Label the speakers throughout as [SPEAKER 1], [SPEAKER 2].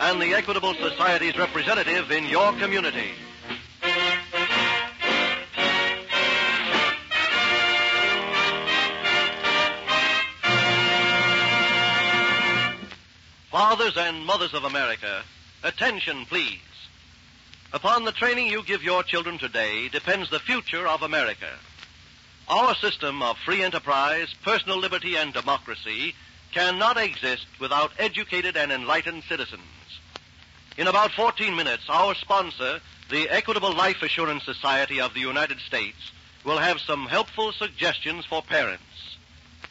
[SPEAKER 1] and the Equitable Society's representative in your community. Fathers and mothers of America, attention, please. Upon the training you give your children today depends the future of America. Our system of free enterprise, personal liberty, and democracy cannot exist without educated and enlightened citizens. In about 14 minutes, our sponsor, the Equitable Life Assurance Society of the United States, will have some helpful suggestions for parents.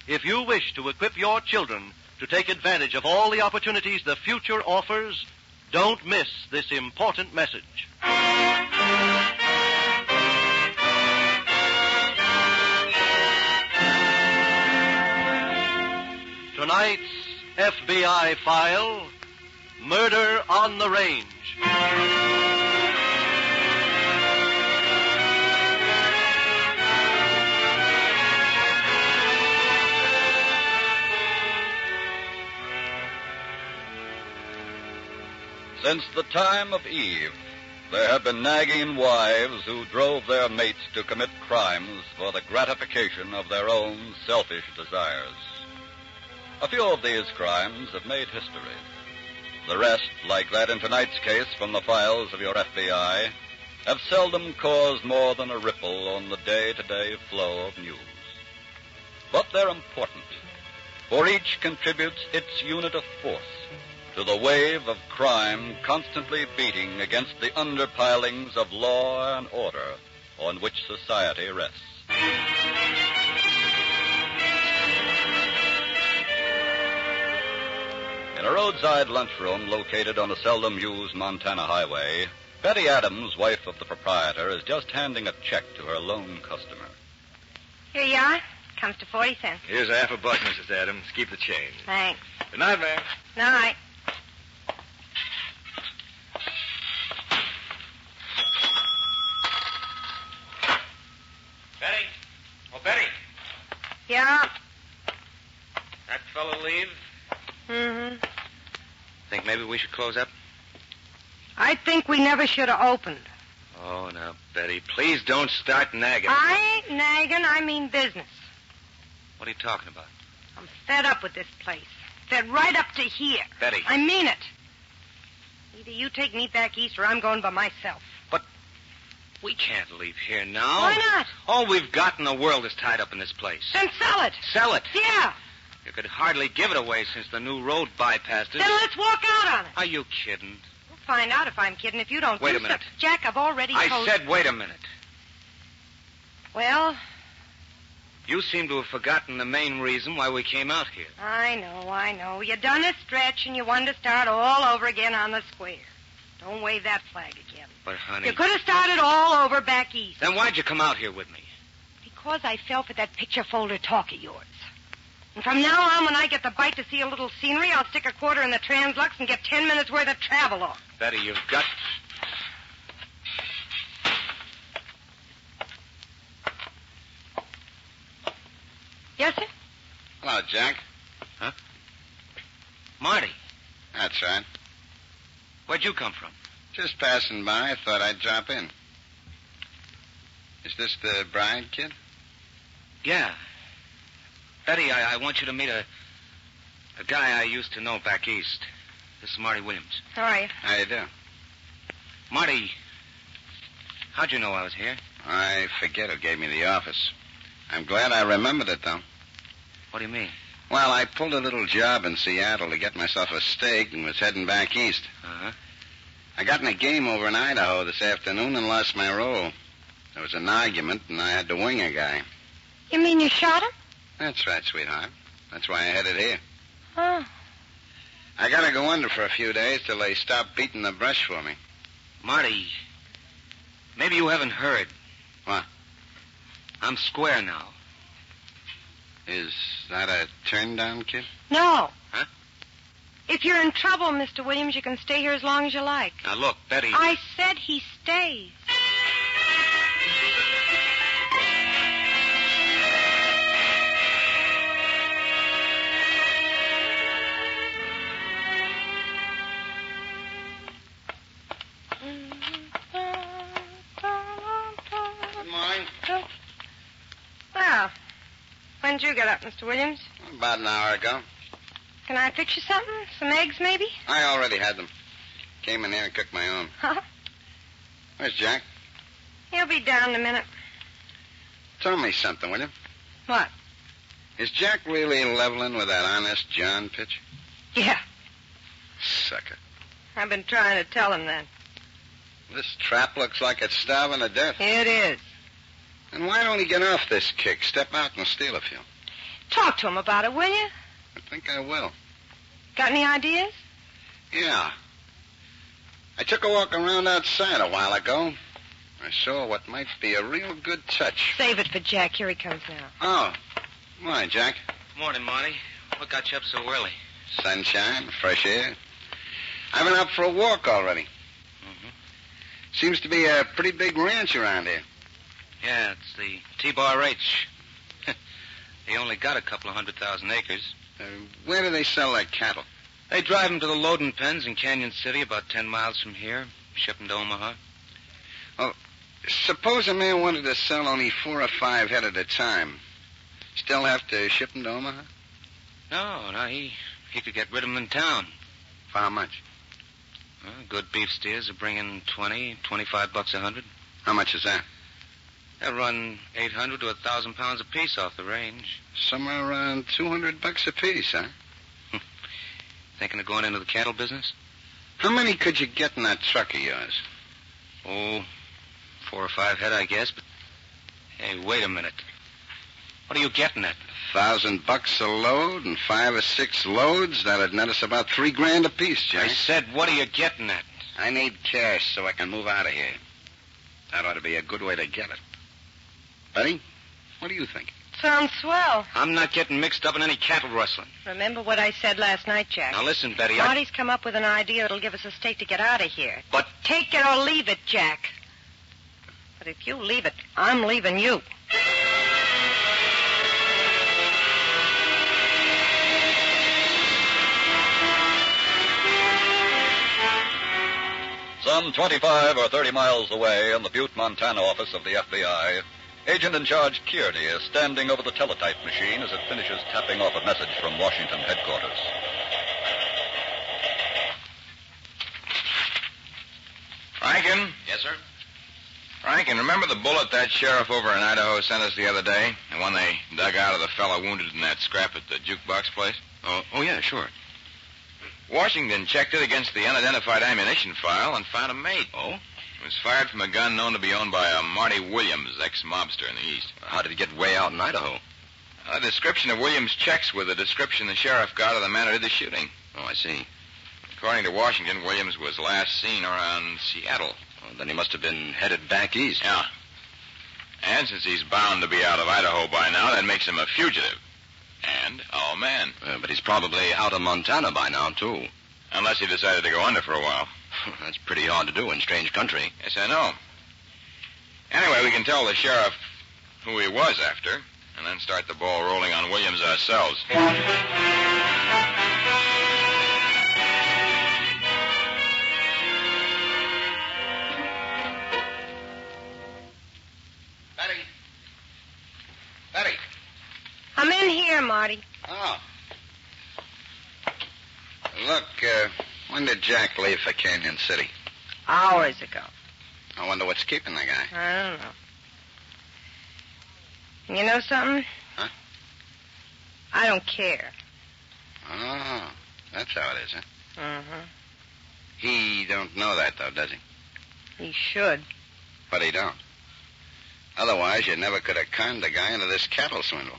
[SPEAKER 1] If you wish to equip your children to take advantage of all the opportunities the future offers, don't miss this important message. Tonight's FBI file Murder on the Range.
[SPEAKER 2] Since the time of Eve, there have been nagging wives who drove their mates to commit crimes for the gratification of their own selfish desires. A few of these crimes have made history. The rest, like that in tonight's case from the files of your FBI, have seldom caused more than a ripple on the day-to-day flow of news. But they're important, for each contributes its unit of force to the wave of crime constantly beating against the underpillings of law and order on which society rests. In a roadside lunchroom located on a seldom used Montana highway, Betty Adams, wife of the proprietor, is just handing a check to her loan customer.
[SPEAKER 3] Here you are. Comes to 40 cents.
[SPEAKER 4] Here's a half a buck, Mrs. Adams. Keep the change.
[SPEAKER 3] Thanks.
[SPEAKER 4] Good night, ma'am.
[SPEAKER 3] Night.
[SPEAKER 4] Betty. Oh, Betty.
[SPEAKER 3] Yeah.
[SPEAKER 4] That fellow leave?
[SPEAKER 3] Mm-hmm.
[SPEAKER 4] Think maybe we should close up?
[SPEAKER 3] I think we never should have opened.
[SPEAKER 4] Oh, now, Betty, please don't start nagging.
[SPEAKER 3] I ain't nagging. I mean business.
[SPEAKER 4] What are you talking about?
[SPEAKER 3] I'm fed up with this place. Fed right up to here.
[SPEAKER 4] Betty.
[SPEAKER 3] I mean it. Either you take me back east or I'm going by myself.
[SPEAKER 4] We can't leave here now.
[SPEAKER 3] Why not?
[SPEAKER 4] All we've got in the world is tied up in this place.
[SPEAKER 3] Then sell it.
[SPEAKER 4] Sell it.
[SPEAKER 3] Yeah.
[SPEAKER 4] You could hardly give it away since the new road bypassed it.
[SPEAKER 3] Then let's walk out on it.
[SPEAKER 4] Are you kidding?
[SPEAKER 3] We'll find out if I'm kidding if you don't
[SPEAKER 4] Wait
[SPEAKER 3] do
[SPEAKER 4] a minute.
[SPEAKER 3] something. Jack, I've already
[SPEAKER 4] I
[SPEAKER 3] told
[SPEAKER 4] said wait a minute.
[SPEAKER 3] Well,
[SPEAKER 4] You seem to have forgotten the main reason why we came out here.
[SPEAKER 3] I know, I know. You done a stretch and you wanted to start all over again on the square. Don't wave that flag again.
[SPEAKER 4] But, honey...
[SPEAKER 3] You could have started all over back east.
[SPEAKER 4] Then why'd you come out here with me?
[SPEAKER 3] Because I fell for that picture folder talk of yours. And from now on, when I get the bite to see a little scenery, I'll stick a quarter in the Translux and get ten minutes worth of travel on.
[SPEAKER 4] Betty, you've got...
[SPEAKER 3] Yes, sir?
[SPEAKER 2] Hello, Jack.
[SPEAKER 4] Marty,
[SPEAKER 2] That's right.
[SPEAKER 4] where'd you come from?
[SPEAKER 2] Just passing by, I thought I'd drop in. Is this the bride, kid?
[SPEAKER 4] Yeah. Betty, I, I want you to meet a... A guy I used to know back east. This is Marty Williams.
[SPEAKER 3] Sorry.
[SPEAKER 2] How you do?
[SPEAKER 4] Marty, How'd you know I was here?
[SPEAKER 1] I forget who gave me the office. I'm glad I remembered it, though.
[SPEAKER 4] What do you mean?
[SPEAKER 1] Well, I pulled a little job in Seattle to get myself a steak and was heading back east.
[SPEAKER 4] Uh-huh.
[SPEAKER 1] I got in a game over in Idaho this afternoon and lost my role. There was an argument, and I had to wing a guy.
[SPEAKER 3] You mean you shot him?
[SPEAKER 1] That's right, sweetheart. That's why I headed here.
[SPEAKER 3] Oh.
[SPEAKER 1] I gotta go under for a few days till they stop beating the brush for me.
[SPEAKER 4] Marty, maybe you haven't heard.
[SPEAKER 1] What?
[SPEAKER 4] I'm square now.
[SPEAKER 1] Is that a turn down, kid?
[SPEAKER 3] No.
[SPEAKER 4] Huh?
[SPEAKER 3] If you're in trouble, Mr. Williams, you can stay here as long as you like.
[SPEAKER 4] Now, look, Betty.
[SPEAKER 3] I said he stays.
[SPEAKER 1] Good morning.
[SPEAKER 3] Well, when did you get up, Mr. Williams?
[SPEAKER 1] About an hour ago.
[SPEAKER 3] Can I fix you something? Some eggs, maybe?
[SPEAKER 1] I already had them. Came in here and cooked my own.
[SPEAKER 3] Huh?
[SPEAKER 1] Where's Jack?
[SPEAKER 3] He'll be down in a minute.
[SPEAKER 1] Tell me something, will you?
[SPEAKER 3] What?
[SPEAKER 1] Is Jack really leveling with that honest John pitch?
[SPEAKER 3] Yeah,
[SPEAKER 1] Sucker.
[SPEAKER 3] I've been trying to tell him that.
[SPEAKER 1] This trap looks like it's starving to death.
[SPEAKER 3] It is.
[SPEAKER 1] And why don't he get off this kick? Step out and steal a few.
[SPEAKER 3] Talk to him about it, will you?
[SPEAKER 1] I think I will.
[SPEAKER 3] Got any ideas?
[SPEAKER 1] Yeah. I took a walk around outside a while ago. I saw what might be a real good touch.
[SPEAKER 3] Save it for Jack. Here he comes now.
[SPEAKER 1] Oh. Why, Jack?
[SPEAKER 4] Morning, Marty. What got you up so early?
[SPEAKER 1] Sunshine, fresh air. I've been out for a walk already.
[SPEAKER 4] Mm-hmm.
[SPEAKER 1] Seems to be a pretty big ranch around here.
[SPEAKER 4] Yeah, it's the T-Bar H. they only got a couple of hundred thousand acres.
[SPEAKER 1] Uh, where do they sell their cattle?
[SPEAKER 4] They drive 'em to the loading pens in Canyon City, about ten miles from here. Ship 'em to Omaha.
[SPEAKER 1] Suppose a man wanted to sell only four or five head at a time. Still have to ship them to Omaha?
[SPEAKER 4] No, no, he he could get rid of 'em in town.
[SPEAKER 1] For how much?
[SPEAKER 4] Well, good beef steers are bringing twenty, twenty-five bucks a hundred.
[SPEAKER 1] How much is that?
[SPEAKER 4] They run 800 to a 1,000 pounds apiece off the range.
[SPEAKER 1] Somewhere around 200 bucks apiece, huh?
[SPEAKER 4] Thinking of going into the cattle business?
[SPEAKER 1] How many could you get in that truck of yours?
[SPEAKER 4] Oh, four or five head, I guess. But hey, wait a minute. What are you getting at?
[SPEAKER 1] Thousand bucks a load and five or six loads? That'd net us about three grand apiece,
[SPEAKER 4] I
[SPEAKER 1] Jack.
[SPEAKER 4] said, what are you getting at?
[SPEAKER 1] I need cash so I can move out of here. That ought to be a good way to get it. Betty, what do you think?
[SPEAKER 3] Sounds swell.
[SPEAKER 4] I'm not getting mixed up in any cattle rustling.
[SPEAKER 3] Remember what I said last night, Jack.
[SPEAKER 4] Now listen, Betty. I...
[SPEAKER 3] Marty's come up with an idea that'll give us a stake to get out of here.
[SPEAKER 4] But-
[SPEAKER 3] take it or leave it, Jack. But if you leave it, I'm leaving you.
[SPEAKER 2] Some 25 or 30 miles away in the Butte, Montana office of the FBI, Agent in Charge Kearney is standing over the teletype machine as it finishes tapping off a message from Washington headquarters.
[SPEAKER 5] Rankin? Yes, sir. Rankin, remember the bullet that sheriff over in Idaho sent us the other day? The one they dug out of the fellow wounded in that scrap at the jukebox place? Oh, oh yeah, sure. Washington checked it against the unidentified ammunition file and found a mate. Oh? It was fired from a gun known to be owned by a Marty Williams, ex-mobster in the East. How did it get way out in Idaho? A description of Williams checks with the description the sheriff got of the man who did the shooting. Oh, I see. According to Washington, Williams was last seen around Seattle. then he must have been headed back east. Yeah. And since he's bound to be out of Idaho by now, that makes him a fugitive. And our man. Uh, but he's probably out of Montana by now, too. Unless he decided to go under for a while. That's pretty hard to do in strange country. Yes, I know. Anyway, we can tell the sheriff who he was after, and then start the ball rolling on Williams ourselves.
[SPEAKER 1] Betty. Betty.
[SPEAKER 3] I'm in here, Marty.
[SPEAKER 1] Oh. Look, uh, when did Jack leave for Canyon City?
[SPEAKER 3] Hours ago.
[SPEAKER 1] Oh, wonder what's keeping the guy.
[SPEAKER 3] I don't know. You know something?
[SPEAKER 1] Huh?
[SPEAKER 3] I don't care.
[SPEAKER 1] Oh, that's how it is, huh?
[SPEAKER 3] Uh-huh.
[SPEAKER 1] He don't know that, though, does he?
[SPEAKER 3] He should.
[SPEAKER 1] But he don't. Otherwise, you never could have conned the guy into this cattle swindle.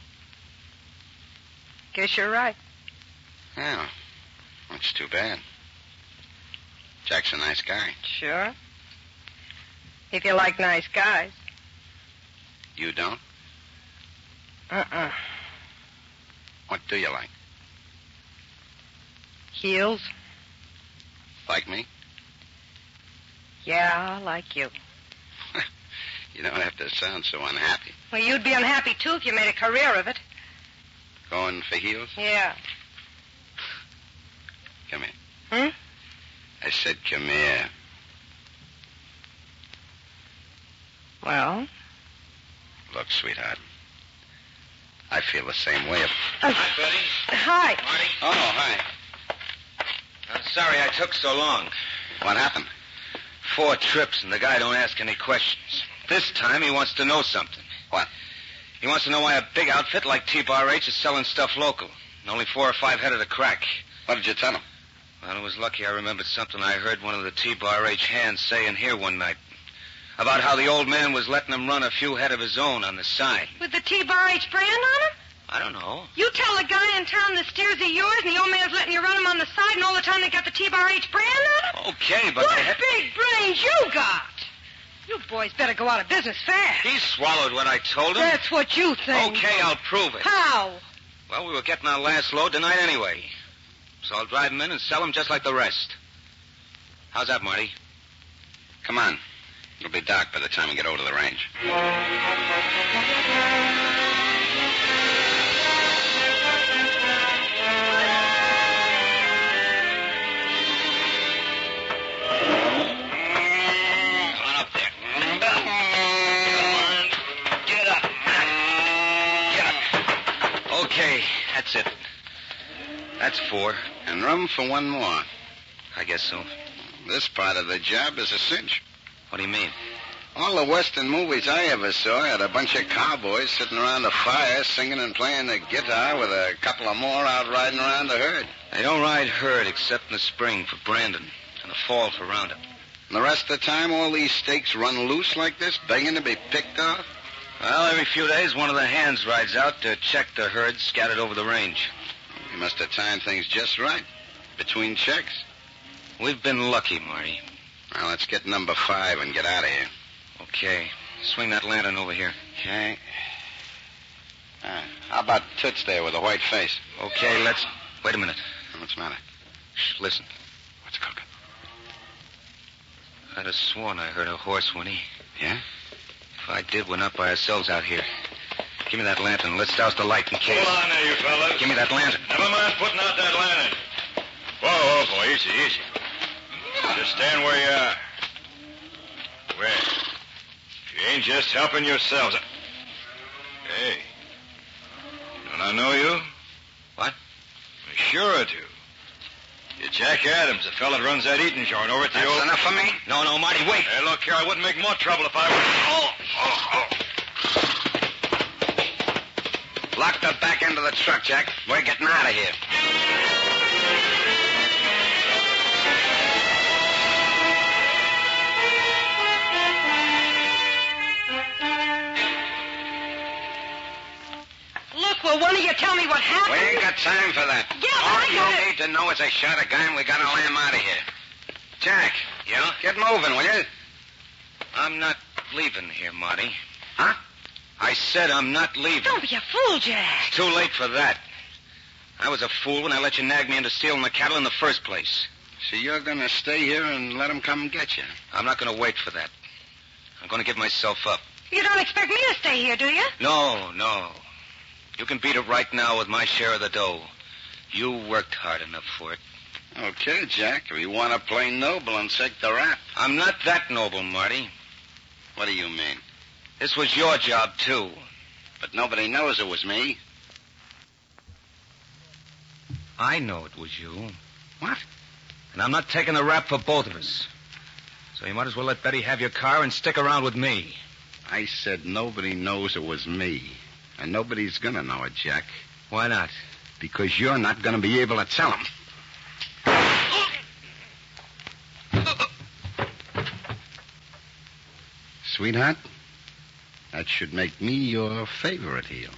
[SPEAKER 3] Guess you're right.
[SPEAKER 1] Yeah. That's too bad. Jack's a nice guy.
[SPEAKER 3] Sure. If you like nice guys.
[SPEAKER 1] You don't?
[SPEAKER 3] Uh-uh.
[SPEAKER 1] What do you like?
[SPEAKER 3] Heels?
[SPEAKER 1] Like me?
[SPEAKER 3] Yeah, I like you.
[SPEAKER 1] You don't have to sound so unhappy.
[SPEAKER 3] Well, you'd be unhappy, too, if you made a career of it.
[SPEAKER 1] Going for heels?
[SPEAKER 3] Yeah.
[SPEAKER 1] Come here.
[SPEAKER 3] Hmm?
[SPEAKER 1] I said, come here.
[SPEAKER 3] Well?
[SPEAKER 1] Look, sweetheart. I feel the same way.
[SPEAKER 5] Hi, Buddy.
[SPEAKER 3] Hi.
[SPEAKER 5] Marty.
[SPEAKER 1] Oh, hi.
[SPEAKER 5] I'm sorry I took so long.
[SPEAKER 1] What happened?
[SPEAKER 5] Four trips, and the guy don't ask any questions. This time he wants to know something.
[SPEAKER 1] What?
[SPEAKER 5] He wants to know why a big outfit like T-Bar-H is selling stuff local, and only four or five head at a crack.
[SPEAKER 1] What did you tell him?
[SPEAKER 5] Well, it was lucky I remembered something I heard one of the T-Bar-H hands say in here one night about how the old man was letting him run a few head of his own on the side.
[SPEAKER 3] With the T-Bar H brand on him?
[SPEAKER 5] I don't know.
[SPEAKER 3] You tell a guy in town the steers are yours and the old man's letting you run him on the side and all the time they got the T-Bar H brand on him?
[SPEAKER 5] Okay, but...
[SPEAKER 3] what
[SPEAKER 5] the head-
[SPEAKER 3] big brains you got? You boys better go out of business fast.
[SPEAKER 5] He swallowed what I told him.
[SPEAKER 3] That's what you think.
[SPEAKER 5] Okay, I'll prove it.
[SPEAKER 3] How?
[SPEAKER 5] Well, we were getting our last load tonight anyway. So I'll drive 'em in and sell 'em just like the rest. How's that, Marty?
[SPEAKER 1] Come on. It'll be dark by the time we get over to the range.
[SPEAKER 5] Come on up there. Come on. Get up. Get up. Okay, that's it. That's four.
[SPEAKER 1] And room for one more.
[SPEAKER 5] I guess so.
[SPEAKER 1] This part of the job is a cinch.
[SPEAKER 5] What do you mean?
[SPEAKER 1] All the Western movies I ever saw had a bunch of cowboys sitting around a fire singing and playing the guitar with a couple of more out riding around the herd.
[SPEAKER 5] They don't ride herd except in the spring for branding and the fall for roundup.
[SPEAKER 1] And the rest of the time, all these stakes run loose like this, begging to be picked off.
[SPEAKER 5] Well, every few days, one of the hands rides out to check the herd scattered over the range.
[SPEAKER 1] You must have timed things just right. Between checks.
[SPEAKER 5] We've been lucky, Marty.
[SPEAKER 1] Now, let's get number five and get out of here.
[SPEAKER 5] Okay. Swing that lantern over here.
[SPEAKER 1] Okay. Ah, how about Toots there with a white face?
[SPEAKER 5] Okay, let's. Wait a minute.
[SPEAKER 1] What's the matter?
[SPEAKER 5] Shh, listen.
[SPEAKER 1] What's cooking?
[SPEAKER 5] I'd have sworn I heard a horse whinny.
[SPEAKER 1] Yeah?
[SPEAKER 5] If I did, we're not by ourselves out here. Give me that lantern. Let's douse the light in case.
[SPEAKER 4] Hold on there, you fellas.
[SPEAKER 5] Give me that lantern.
[SPEAKER 4] Never mind putting out that lantern. Whoa, whoa, boy, easy, easy. Just stand where you are. Well, if you ain't just helping yourselves. I- Hey, don't I know you?
[SPEAKER 5] What?
[SPEAKER 4] Sure I do. You're Jack Adams, the fella that runs that eating joint over at the old.
[SPEAKER 5] enough for me? No, no, Marty, wait.
[SPEAKER 4] Hey, look here, I wouldn't make more trouble if I were. Oh, oh, oh.
[SPEAKER 1] Lock the back end of the truck, Jack. We're getting out of here.
[SPEAKER 3] Look, will one of you tell me what
[SPEAKER 1] We
[SPEAKER 3] happened?
[SPEAKER 1] ain't got time for that.
[SPEAKER 3] Yeah, but
[SPEAKER 1] All
[SPEAKER 3] Oh, I
[SPEAKER 1] you
[SPEAKER 3] gotta-
[SPEAKER 1] need to know is I shot a gun. We gotta let him out of here. Jack.
[SPEAKER 5] Yeah?
[SPEAKER 1] Get moving, will you?
[SPEAKER 5] I'm not leaving here, Marty.
[SPEAKER 1] Huh?
[SPEAKER 5] I said I'm not leaving.
[SPEAKER 3] Don't be a fool, Jack.
[SPEAKER 5] It's too late for that. I was a fool when I let you nag me into stealing the cattle in the first place.
[SPEAKER 1] So you're gonna stay here and let him come get you?
[SPEAKER 5] I'm not going to wait for that. I'm going to give myself up.
[SPEAKER 3] You don't expect me to stay here, do you?
[SPEAKER 5] No, no. You can beat it right now with my share of the dough. You worked hard enough for it.
[SPEAKER 1] Okay, Jack. If you want to play noble and take the rap.
[SPEAKER 5] I'm not that noble, Marty.
[SPEAKER 1] What do you mean?
[SPEAKER 5] This was your job, too.
[SPEAKER 1] But nobody knows it was me.
[SPEAKER 5] I know it was you.
[SPEAKER 1] What?
[SPEAKER 5] And I'm not taking the rap for both of us.
[SPEAKER 6] So you might as well let Betty have your car and stick around with me.
[SPEAKER 1] I said nobody knows it was me. And nobody's going to know it, Jack.
[SPEAKER 6] Why not?
[SPEAKER 1] Because you're not going to be able to tell them. Sweetheart, that should make me your favorite heel.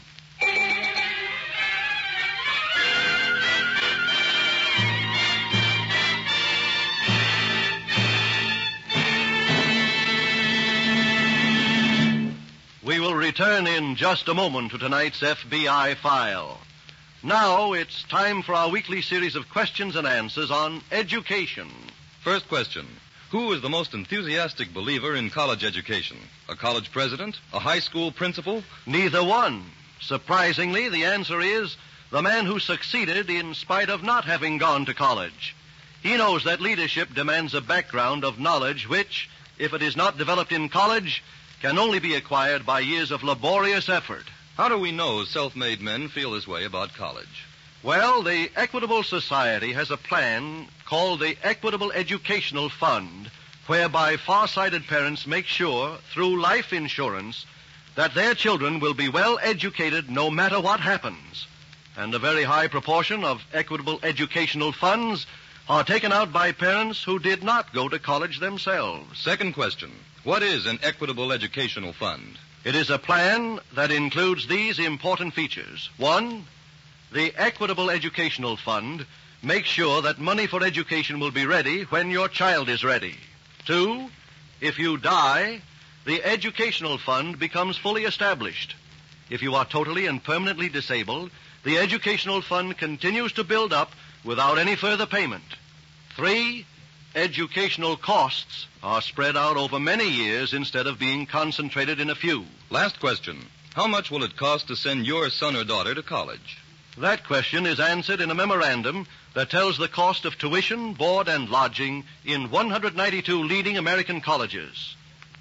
[SPEAKER 7] We will return in just a moment to tonight's FBI file. Now it's time for our weekly series of questions and answers on education.
[SPEAKER 8] First question Who is the most enthusiastic believer in college education? A college president? A high school principal?
[SPEAKER 7] Neither one. Surprisingly, the answer is the man who succeeded in spite of not having gone to college. He knows that leadership demands a background of knowledge which, if it is not developed in college, can only be acquired by years of laborious effort.
[SPEAKER 8] How do we know self made men feel this way about college?
[SPEAKER 7] Well, the Equitable Society has a plan called the Equitable Educational Fund, whereby farsighted parents make sure, through life insurance, that their children will be well educated no matter what happens. And a very high proportion of Equitable Educational Funds are taken out by parents who did not go to college themselves.
[SPEAKER 8] Second question What is an equitable educational fund?
[SPEAKER 7] It is a plan that includes these important features. One, the Equitable Educational Fund makes sure that money for education will be ready when your child is ready. Two, if you die, the Educational Fund becomes fully established. If you are totally and permanently disabled, the Educational Fund continues to build up without any further payment. Three, educational costs are spread out over many years instead of being concentrated in a few.
[SPEAKER 8] Last question How much will it cost to send your son or daughter to college?
[SPEAKER 7] That question is answered in a memorandum that tells the cost of tuition, board, and lodging in 192 leading American colleges.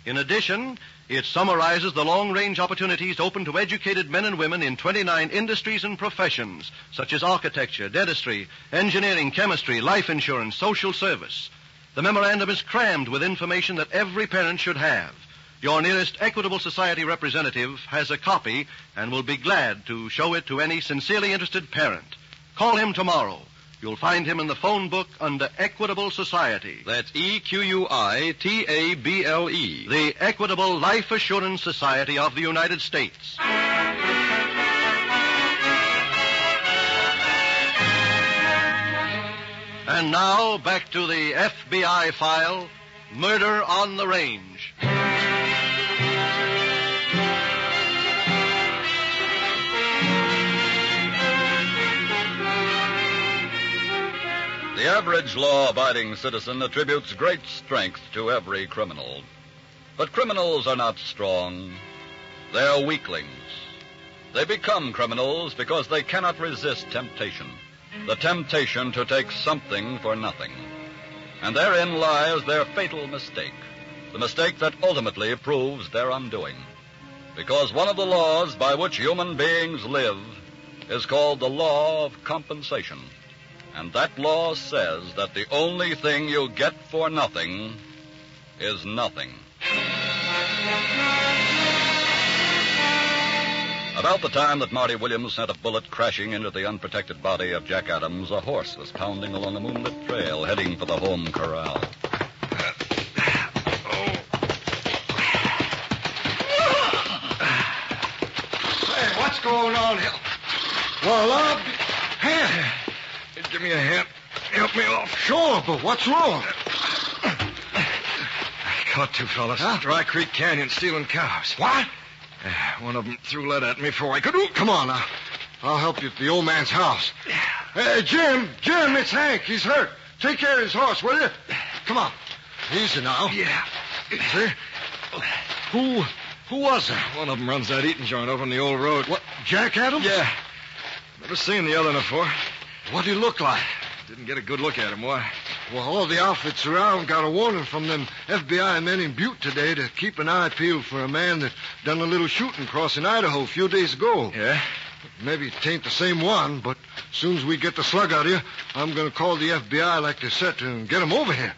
[SPEAKER 7] In addition, it summarizes the long range opportunities open to educated men and women in 29 industries and professions, such as architecture, dentistry, engineering, chemistry, life insurance, social service. The memorandum is crammed with information that every parent should have. Your nearest Equitable Society representative has a copy and will be glad to show it to any sincerely interested parent. Call him tomorrow. You'll find him in the phone book under Equitable Society.
[SPEAKER 8] That's E Q U I T A B L E.
[SPEAKER 7] The Equitable Life Assurance Society of the United States. And now, back to the FBI file Murder on the Range.
[SPEAKER 2] The average law abiding citizen attributes great strength to every criminal. But criminals are not strong, they are weaklings. They become criminals because they cannot resist temptation the temptation to take something for nothing. And therein lies their fatal mistake, the mistake that ultimately proves their undoing. Because one of the laws by which human beings live is called the law of compensation. And that law says that the only thing you get for nothing is nothing. About the time that Marty Williams sent a bullet crashing into the unprotected body of Jack Adams, a horse was pounding along a moonlit trail heading for the home corral.
[SPEAKER 4] Hey, what's going on here? Well, uh, up. Hand. Give me a hand. Help me off.
[SPEAKER 9] Sure, but what's wrong?
[SPEAKER 4] Caught two fellas. in Dry Creek Canyon stealing cows.
[SPEAKER 9] What?
[SPEAKER 4] Yeah, One of them threw lead at me before I could. Ooh,
[SPEAKER 9] Come on now. I'll help you to the old man's house. Hey, Jim, Jim, it's Hank. He's hurt. Take care of his horse, will you? Come on. Easy now.
[SPEAKER 4] Yeah.
[SPEAKER 9] See? Who, who was that?
[SPEAKER 4] One of them runs that eating joint over on the old road. What?
[SPEAKER 9] Jack Adams?
[SPEAKER 4] Yeah. Never seen the other one before.
[SPEAKER 9] What'd he look like?
[SPEAKER 4] Didn't get a good look at him. Why?
[SPEAKER 9] Well, all the outfits around got a warning from them FBI men in Butte today to keep an eye peeled for a man that done a little shooting crossing Idaho a few days ago.
[SPEAKER 4] Yeah.
[SPEAKER 9] Maybe it ain't the same one, but as soon as we get the slug out of you, I'm going to call the FBI like they said to and get 'em over here.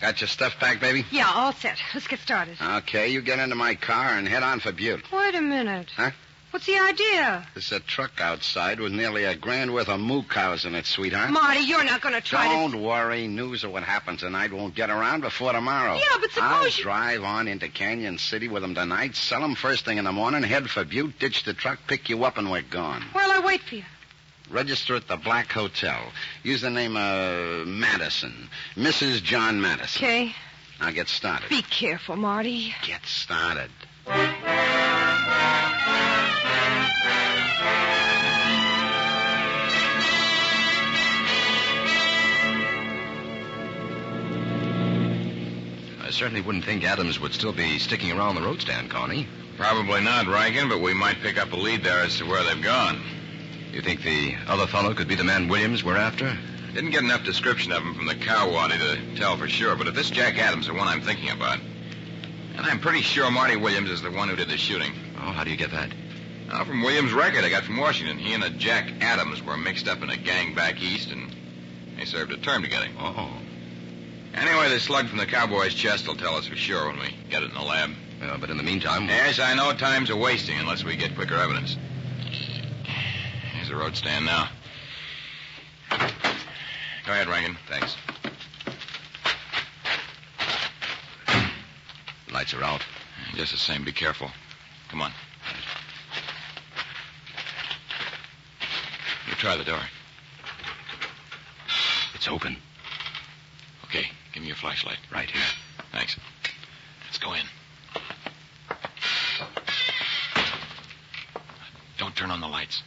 [SPEAKER 1] Got your stuff packed, baby?
[SPEAKER 3] Yeah, all set. Let's get started.
[SPEAKER 1] Okay, you get into my car and head on for Butte.
[SPEAKER 3] Wait a minute.
[SPEAKER 1] Huh?
[SPEAKER 3] What's the idea?
[SPEAKER 1] There's a truck outside with nearly a grand worth of moo cows in it, sweetheart.
[SPEAKER 3] Marty, you're not going to try
[SPEAKER 1] Don't
[SPEAKER 3] to...
[SPEAKER 1] worry. News of what happened tonight won't get around before tomorrow.
[SPEAKER 3] Yeah, but suppose
[SPEAKER 1] I'll
[SPEAKER 3] you-
[SPEAKER 1] drive on into Canyon City with them tonight, sell them first thing in the morning, head for Butte, ditch the truck, pick you up, and we're gone.
[SPEAKER 3] Well, I wait for you.
[SPEAKER 1] Register at the Black Hotel. Use the name of Madison. Mrs. John Madison.
[SPEAKER 3] Okay.
[SPEAKER 1] Now get started.
[SPEAKER 3] Be careful, Marty.
[SPEAKER 1] Get started.
[SPEAKER 6] I certainly wouldn't think Adams would still be sticking around the road stand, Connie.
[SPEAKER 5] Probably not, Rankin, but we might pick up a lead there as to where they've gone.
[SPEAKER 6] You think the other fellow could be the man Williams we're after?
[SPEAKER 5] Didn't get enough description of him from the cow wadi to tell for sure, but if this Jack Adams is the one I'm thinking about, and I'm pretty sure Marty Williams is the one who did the shooting.
[SPEAKER 6] Oh, how do you get that?
[SPEAKER 5] Now, from Williams' record I got from Washington, he and a Jack Adams were mixed up in a gang back east, and they served a term together.
[SPEAKER 6] Oh.
[SPEAKER 5] Anyway, the slug from the cowboy's chest will tell us for sure when we get it in the lab.
[SPEAKER 6] Yeah, Uh, but in the meantime.
[SPEAKER 5] Yes, I know time's a wasting unless we get quicker evidence. Here's the road stand now. Go ahead, Rankin. Thanks.
[SPEAKER 6] Lights are out.
[SPEAKER 5] Just the same, be careful. Come on. You try the door.
[SPEAKER 6] It's open.
[SPEAKER 5] Okay, give me your flashlight.
[SPEAKER 6] Right here.
[SPEAKER 5] Thanks. Let's go in. Don't turn on the lights.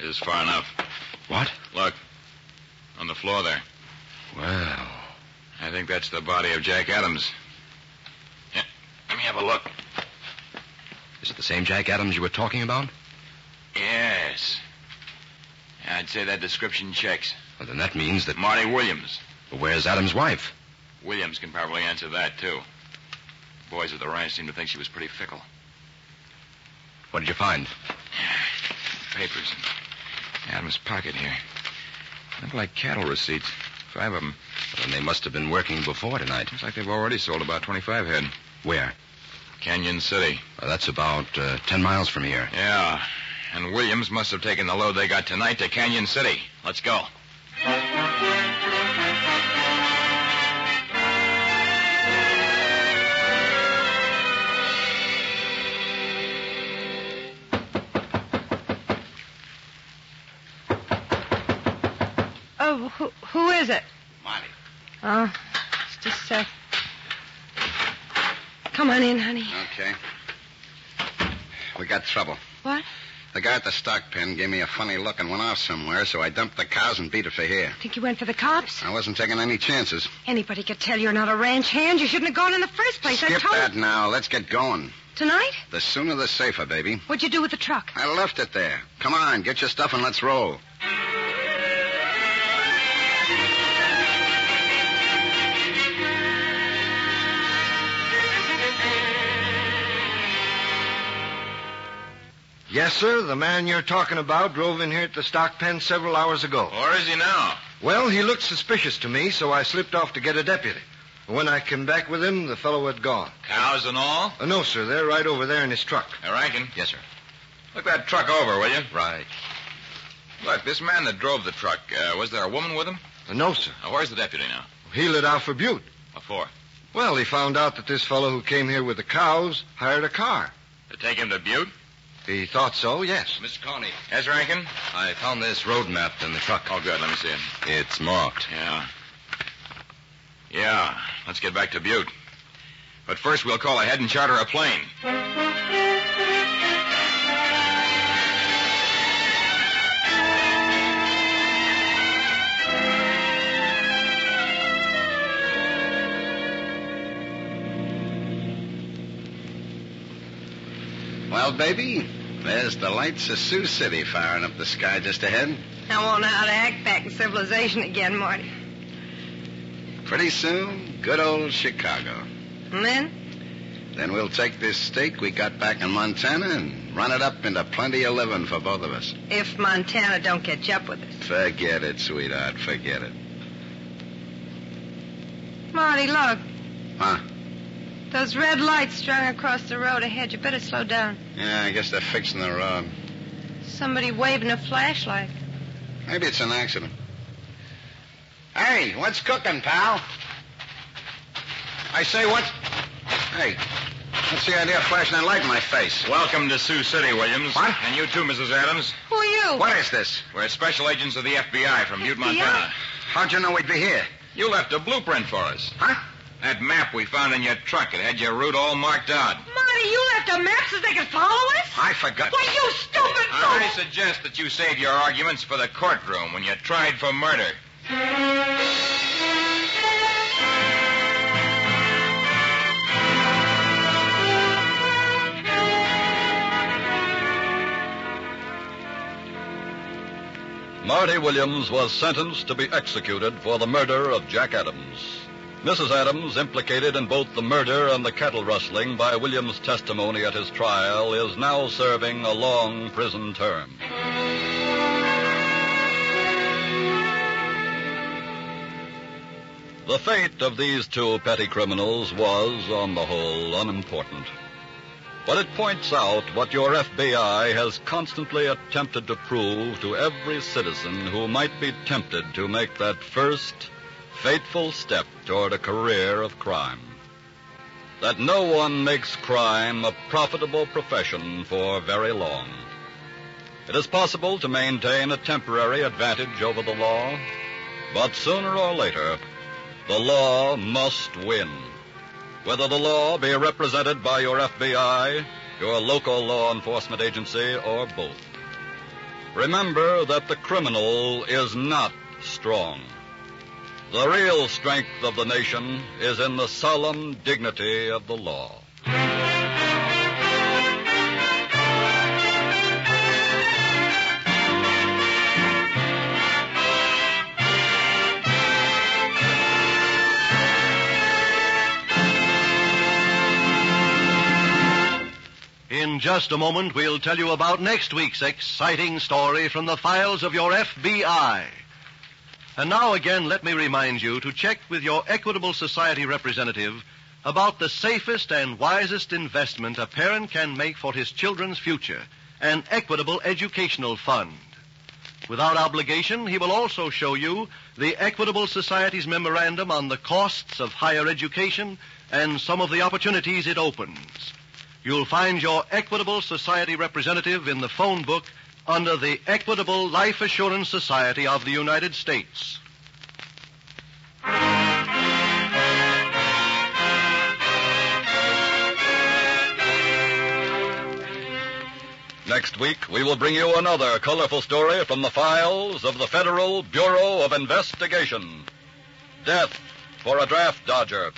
[SPEAKER 5] It is far enough.
[SPEAKER 6] What?
[SPEAKER 5] Look. On the floor there.
[SPEAKER 6] Well.
[SPEAKER 5] I think that's the body of Jack Adams. Yeah, let me have a look.
[SPEAKER 6] Is it the same Jack Adams you were talking about?
[SPEAKER 5] Yes. I'd say that description checks.
[SPEAKER 6] Well, then that means that.
[SPEAKER 5] Marty Williams.
[SPEAKER 6] Well, Where's Adams' wife?
[SPEAKER 5] Williams can probably answer that, too. The boys at the ranch seem to think she was pretty fickle.
[SPEAKER 6] What did you find?
[SPEAKER 5] Papers in Adam's pocket here. Look like cattle receipts. Five of them.
[SPEAKER 6] Well, then they must have been working before tonight.
[SPEAKER 5] Looks like they've already sold about 25 head.
[SPEAKER 6] Where?
[SPEAKER 5] Canyon City.
[SPEAKER 6] Well, that's about uh, 10 miles from here.
[SPEAKER 5] Yeah. And Williams must have taken the load they got tonight to Canyon City. Let's go.
[SPEAKER 3] Oh, who, who is it?
[SPEAKER 1] Marty.
[SPEAKER 3] Oh, it's just, uh... Come on in, honey.
[SPEAKER 1] Okay. We got trouble.
[SPEAKER 3] What?
[SPEAKER 1] The guy at the stock pen gave me a funny look and went off somewhere, so I dumped the cows and beat it for here.
[SPEAKER 3] Think you went for the cops?
[SPEAKER 1] I wasn't taking any chances.
[SPEAKER 3] Anybody could tell you're not a ranch hand. You shouldn't have gone in the first place. I
[SPEAKER 1] Skip
[SPEAKER 3] told
[SPEAKER 1] that
[SPEAKER 3] you.
[SPEAKER 1] now. Let's get going.
[SPEAKER 3] Tonight?
[SPEAKER 1] The sooner the safer, baby.
[SPEAKER 3] What'd you do with the truck?
[SPEAKER 1] I left it there. Come on, get your stuff and let's roll.
[SPEAKER 9] Yes, sir. The man you're talking about drove in here at the stock pen several hours ago.
[SPEAKER 5] Where is he now?
[SPEAKER 9] Well, he looked suspicious to me, so I slipped off to get a deputy. When I came back with him, the fellow had gone.
[SPEAKER 5] Cows and all?
[SPEAKER 9] Uh, no, sir. They're right over there in his truck.
[SPEAKER 5] Hey, Rankin.
[SPEAKER 6] Yes, sir.
[SPEAKER 5] Look that truck over, will you?
[SPEAKER 6] Right.
[SPEAKER 5] Look, this man that drove the truck, uh, was there a woman with him?
[SPEAKER 9] Uh, no, sir.
[SPEAKER 5] Now, where's the deputy now?
[SPEAKER 9] He lit out for Butte.
[SPEAKER 5] What for?
[SPEAKER 9] Well, he found out that this fellow who came here with the cows hired a car.
[SPEAKER 5] To take him to Butte?
[SPEAKER 9] He thought so, yes.
[SPEAKER 6] Mr. Connie,
[SPEAKER 5] Yes, Rankin?
[SPEAKER 6] I found this road map in the truck.
[SPEAKER 5] Oh, good. Let me see it.
[SPEAKER 6] It's marked.
[SPEAKER 5] Yeah. Yeah. Let's get back to Butte. But first, we'll call ahead and charter a plane.
[SPEAKER 1] Well, baby, there's the lights of Sioux City firing up the sky just ahead.
[SPEAKER 3] I want to how to act back in civilization again, Marty.
[SPEAKER 1] Pretty soon, good old Chicago.
[SPEAKER 3] And then?
[SPEAKER 1] Then we'll take this stake we got back in Montana and run it up into plenty of living for both of us.
[SPEAKER 3] If Montana don't catch up with us.
[SPEAKER 1] Forget it, sweetheart. Forget it.
[SPEAKER 3] Marty, look.
[SPEAKER 1] Huh?
[SPEAKER 3] Those red lights strung across the road ahead. You better slow down.
[SPEAKER 1] Yeah, I guess they're fixing the road.
[SPEAKER 3] Somebody waving a flashlight.
[SPEAKER 1] Maybe it's an accident. Hey, what's cooking, pal? I say, what's. Hey, what's the idea of flashing that light in my face?
[SPEAKER 5] Welcome to Sioux City, Williams. What? And you too, Mrs. Adams.
[SPEAKER 3] Who are you?
[SPEAKER 1] What is this?
[SPEAKER 5] We're special agents of the FBI from Butte, Montana.
[SPEAKER 1] How'd you know we'd be here?
[SPEAKER 5] You left a blueprint for us.
[SPEAKER 1] Huh?
[SPEAKER 5] That map we found in your truck, it had your route all marked out.
[SPEAKER 3] Marty, you left a map so they could follow us?
[SPEAKER 1] I forgot.
[SPEAKER 3] Why, you stupid fool!
[SPEAKER 5] I suggest that you save your arguments for the courtroom when you're tried for murder.
[SPEAKER 2] Marty Williams was sentenced to be executed for the murder of Jack Adams. Mrs. Adams, implicated in both the murder and the cattle rustling by Williams' testimony at his trial, is now serving a long prison term. The fate of these two petty criminals was, on the whole, unimportant. But it points out what your FBI has constantly attempted to prove to every citizen who might be tempted to make that first fateful step toward a career of crime. That no one makes crime a profitable profession for very long. It is possible to maintain a temporary advantage over the law, but sooner or later, the law must win. Whether the law be represented by your FBI, your local law enforcement agency, or both. Remember that the criminal is not strong. The real strength of the nation is in the solemn dignity of the law.
[SPEAKER 7] In just a moment, we'll tell you about next week's exciting story from the files of your FBI. And now again, let me remind you to check with your Equitable Society representative about the safest and wisest investment a parent can make for his children's future an equitable educational fund. Without obligation, he will also show you the Equitable Society's memorandum on the costs of higher education and some of the opportunities it opens. You'll find your Equitable Society representative in the phone book under the Equitable Life Assurance Society of the United States.
[SPEAKER 2] Next week, we will bring you another colorful story from the files of the Federal Bureau of Investigation Death for a Draft Dodger.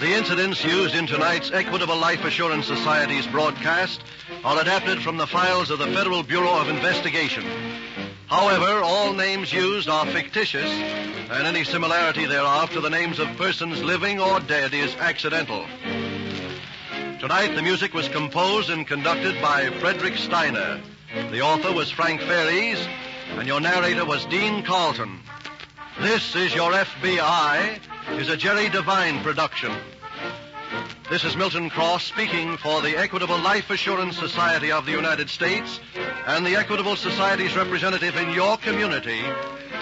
[SPEAKER 7] The incidents used in tonight's Equitable Life Assurance Society's broadcast are adapted from the files of the Federal Bureau of Investigation. However, all names used are fictitious, and any similarity thereof to the names of persons living or dead is accidental. Tonight, the music was composed and conducted by Frederick Steiner. The author was Frank Ferries, and your narrator was Dean Carlton. This is Your FBI is a Jerry Devine production. This is Milton Cross speaking for the Equitable Life Assurance Society of the United States and the Equitable Society's representative in your community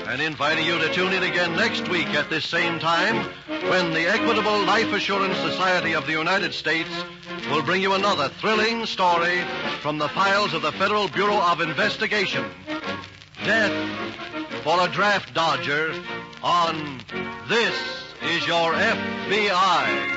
[SPEAKER 7] and inviting you to tune in again next week at this same time when the Equitable Life Assurance Society of the United States will bring you another thrilling story from the files of the Federal Bureau of Investigation. Death for a draft dodger on This is Your FBI.